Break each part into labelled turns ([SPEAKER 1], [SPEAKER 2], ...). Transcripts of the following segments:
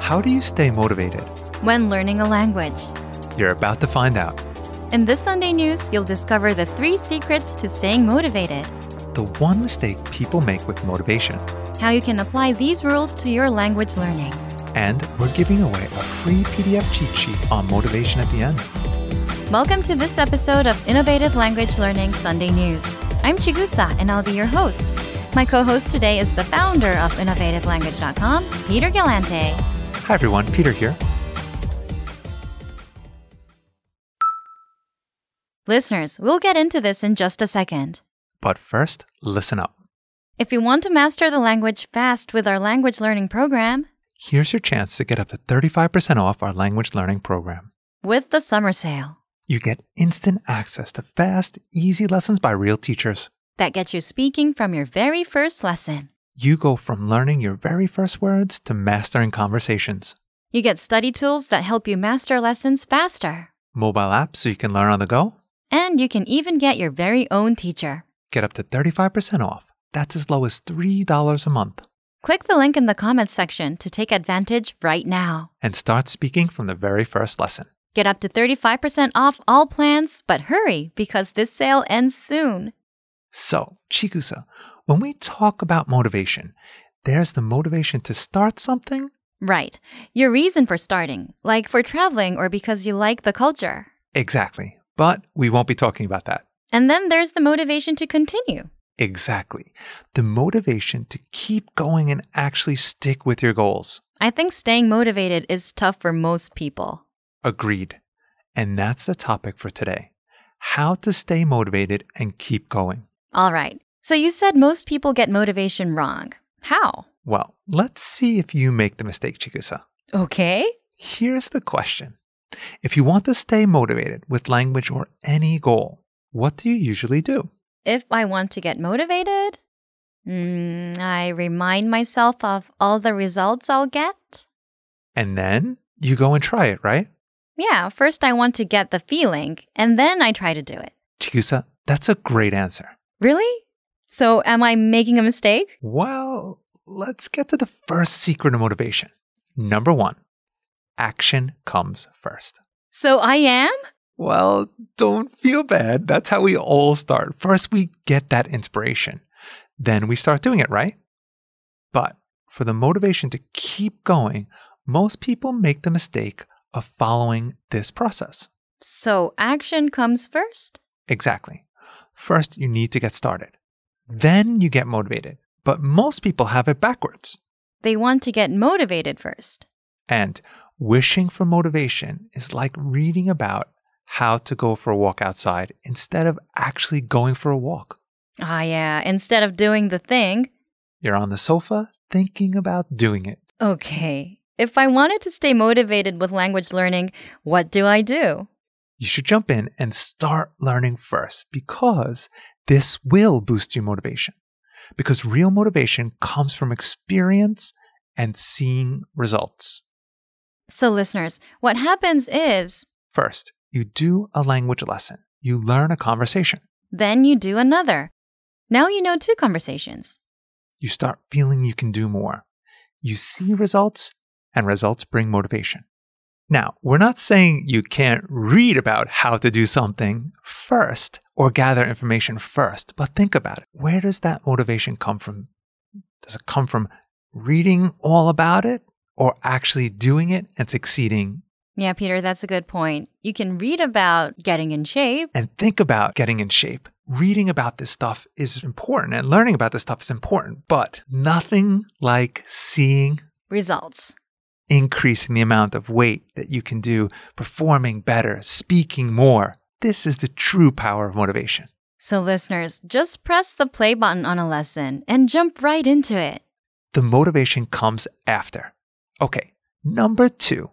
[SPEAKER 1] How do you stay motivated?
[SPEAKER 2] when learning a language.
[SPEAKER 1] You're about to find out.
[SPEAKER 2] In this Sunday news, you'll discover the three secrets to staying motivated,
[SPEAKER 1] The one mistake people make with motivation.
[SPEAKER 2] how you can apply these rules to your language learning.
[SPEAKER 1] And we're giving away a free PDF cheat sheet on motivation at the end.
[SPEAKER 2] Welcome to this episode of Innovative Language Learning Sunday News. I'm Chigusa, and I'll be your host. My co host today is the founder of InnovativeLanguage.com, Peter Galante.
[SPEAKER 1] Hi everyone, Peter here.
[SPEAKER 2] Listeners, we'll get into this in just a second.
[SPEAKER 1] But first, listen up.
[SPEAKER 2] If you want to master the language fast with our language learning program,
[SPEAKER 1] Here's your chance to get up to 35% off our language learning program.
[SPEAKER 2] with the summer sale,
[SPEAKER 1] You get instant access to fast, easy lessons by real teachers.
[SPEAKER 2] that gets you speaking from your very first lesson.
[SPEAKER 1] You go from learning your very first words to mastering conversations.
[SPEAKER 2] You get study tools that help you master lessons faster.
[SPEAKER 1] Mobile apps so you can learn on the go.
[SPEAKER 2] And you can even get your very own teacher.
[SPEAKER 1] Get up to 35% off. That's as low as $3 a month.
[SPEAKER 2] Click the link in the comments section to take advantage right now.
[SPEAKER 1] And start speaking from the very first lesson.
[SPEAKER 2] Get up to 35% off all plans, but hurry because this sale ends soon.
[SPEAKER 1] So, Chikusa, when we talk about motivation, there's the motivation to start something,
[SPEAKER 2] Right. Your reason for starting, like for traveling or because you like the culture.
[SPEAKER 1] Exactly. But we won't be talking about that.
[SPEAKER 2] And then there's the motivation to continue.
[SPEAKER 1] Exactly. The motivation to keep going and actually stick with your goals.
[SPEAKER 2] I think staying motivated is tough for most people.
[SPEAKER 1] Agreed. And that's the topic for today how to stay motivated and keep going.
[SPEAKER 2] All right. So you said most people get motivation wrong. How?
[SPEAKER 1] Well, let's see if you make the mistake, Chikusa.
[SPEAKER 2] Okay.
[SPEAKER 1] Here's the question If you want to stay motivated with language or any goal, what do you usually do?
[SPEAKER 2] If I want to get motivated, mm, I remind myself of all the results I'll get.
[SPEAKER 1] And then you go and try it, right?
[SPEAKER 2] Yeah, first I want to get the feeling, and then I try to do it.
[SPEAKER 1] Chikusa, that's a great answer.
[SPEAKER 2] Really? So, am I making a mistake?
[SPEAKER 1] Well, let's get to the first secret of motivation. Number one, action comes first.
[SPEAKER 2] So, I am?
[SPEAKER 1] Well, don't feel bad. That's how we all start. First, we get that inspiration. Then we start doing it, right? But for the motivation to keep going, most people make the mistake of following this process.
[SPEAKER 2] So, action comes first?
[SPEAKER 1] Exactly. First, you need to get started. Then you get motivated. But most people have it backwards.
[SPEAKER 2] They want to get motivated first.
[SPEAKER 1] And wishing for motivation is like reading about how to go for a walk outside instead of actually going for a walk.
[SPEAKER 2] Ah, yeah, instead of doing the thing.
[SPEAKER 1] You're on the sofa thinking about doing it.
[SPEAKER 2] Okay. If I wanted to stay motivated with language learning, what do I do?
[SPEAKER 1] You should jump in and start learning first because this will boost your motivation. Because real motivation comes from experience and seeing results.
[SPEAKER 2] So, listeners, what happens is
[SPEAKER 1] First, you do a language lesson, you learn a conversation,
[SPEAKER 2] Then you do another. Now you know two conversations.
[SPEAKER 1] you start feeling you can do more. You see results, and results bring motivation. Now, we're not saying you can't read about how to do something first or gather information first, but think about it. Where does that motivation come from? Does it come from reading all about it or actually doing it and succeeding?
[SPEAKER 2] Yeah, Peter, that's a good point. You can read about getting in shape.
[SPEAKER 1] And think about getting in shape. Reading about this stuff is important and learning about this stuff is important, but nothing like seeing
[SPEAKER 2] Results.
[SPEAKER 1] increasing the amount of weight that you can do, performing better, speaking more. This is the true power of motivation.
[SPEAKER 2] So, listeners, just press the play button on a lesson and jump right into it.
[SPEAKER 1] The motivation comes after. Okay, number two,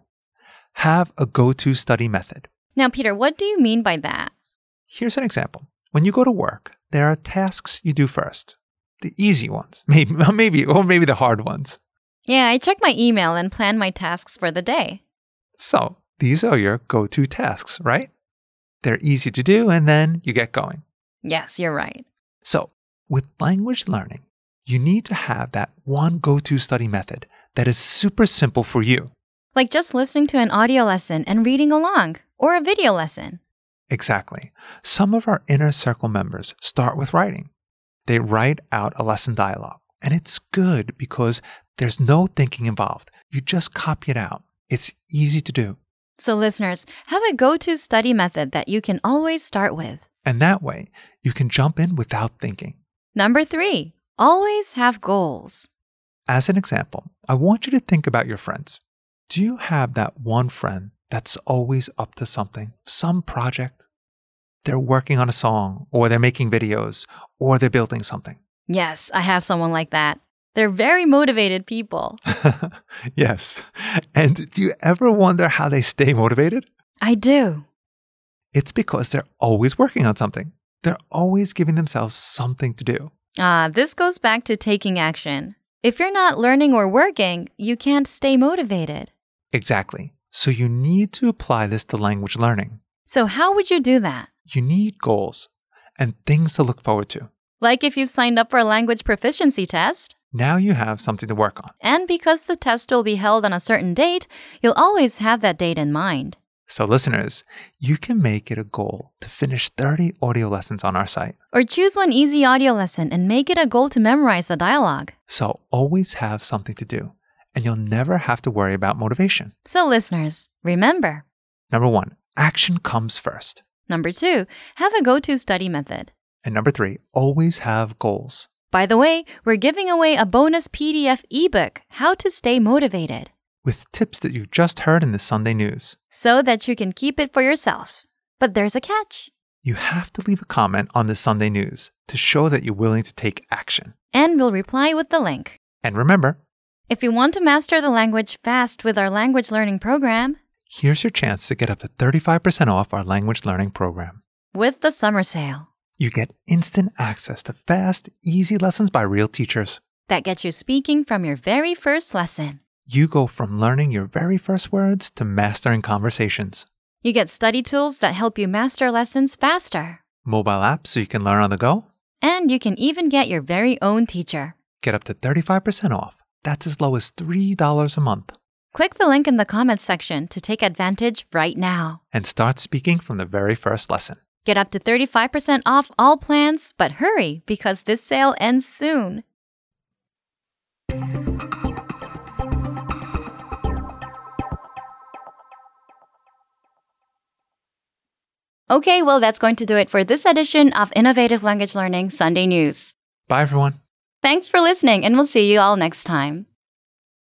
[SPEAKER 1] have a go to study method.
[SPEAKER 2] Now, Peter, what do you mean by that?
[SPEAKER 1] Here's an example. When you go to work, there are tasks you do first the easy ones, maybe, maybe or maybe the hard ones.
[SPEAKER 2] Yeah, I check my email and plan my tasks for the day.
[SPEAKER 1] So these are your go to tasks, right? They're easy to do, and then you get going.
[SPEAKER 2] Yes, you're right.
[SPEAKER 1] So, with language learning, you need to have that one go to study method that is super simple for you.
[SPEAKER 2] like just listening to an audio lesson and reading along, or a video lesson.
[SPEAKER 1] Exactly. Some of our inner circle members start with writing. They write out a lesson dialogue, and it's good because there's no thinking involved. You just copy it out. It's easy to do.
[SPEAKER 2] So, listeners, have a go to study method that you can always start with.
[SPEAKER 1] And that way, you can jump in without thinking.
[SPEAKER 2] Number three, always have goals.
[SPEAKER 1] As an example, I want you to think about your friends. Do you have that one friend that's always up to something, some project? They're working on a song, or they're making videos, or they're building something.
[SPEAKER 2] Yes, I have someone like that. They're very motivated people.
[SPEAKER 1] yes. And do you ever wonder how they stay motivated?
[SPEAKER 2] I do.
[SPEAKER 1] It's because they're always working on something. They're always giving themselves something to do.
[SPEAKER 2] Ah, this goes back to taking action. If you're not learning or working, you can't stay motivated.
[SPEAKER 1] Exactly. So you need to apply this to language learning.
[SPEAKER 2] So, how would you do that?
[SPEAKER 1] You need goals and things to look forward to.
[SPEAKER 2] Like if you've signed up for a language proficiency test,
[SPEAKER 1] Now you have something to work on.
[SPEAKER 2] and because the test will be held on a certain date, you'll always have that date in mind.
[SPEAKER 1] So, listeners, you can make it a goal to finish 30 audio lessons on our site.
[SPEAKER 2] Or choose one easy audio lesson and make it a goal to memorize the dialogue.
[SPEAKER 1] So, always have something to do, and you'll never have to worry about motivation.
[SPEAKER 2] So, listeners, remember
[SPEAKER 1] Number one, action comes first.
[SPEAKER 2] number two, have a go to study method.
[SPEAKER 1] And number three, always have goals.
[SPEAKER 2] By the way, we're giving away a bonus PDF ebook, How to Stay Motivated,
[SPEAKER 1] With tips that you just heard in the Sunday news,
[SPEAKER 2] so that you can keep it for yourself. But there's a catch.
[SPEAKER 1] you have to leave a comment on the Sunday news to show that you're willing to take action.
[SPEAKER 2] And we'll reply with the link.
[SPEAKER 1] And remember,
[SPEAKER 2] If you want to master the language fast with our language learning program,
[SPEAKER 1] here's your chance to get up to 35% off our language learning program.
[SPEAKER 2] with the summer sale,
[SPEAKER 1] You get instant access to fast, easy lessons by real teachers.
[SPEAKER 2] that gets you speaking from your very first lesson.
[SPEAKER 1] You go from learning your very first words to mastering conversations.
[SPEAKER 2] You get study tools that help you master lessons faster.
[SPEAKER 1] Mobile apps so you can learn on the go.
[SPEAKER 2] And you can even get your very own teacher.
[SPEAKER 1] Get up to 35% off. That's as low as $3 a month.
[SPEAKER 2] Click the link in the comments section to take advantage right now.
[SPEAKER 1] And start speaking from the very first lesson.
[SPEAKER 2] Get up to 35% off all plans, but hurry because this sale ends soon. Okay, well, that's going to do it for this edition of Innovative Language Learning Sunday News.
[SPEAKER 1] Bye, everyone.
[SPEAKER 2] Thanks for listening, and we'll see you all next time.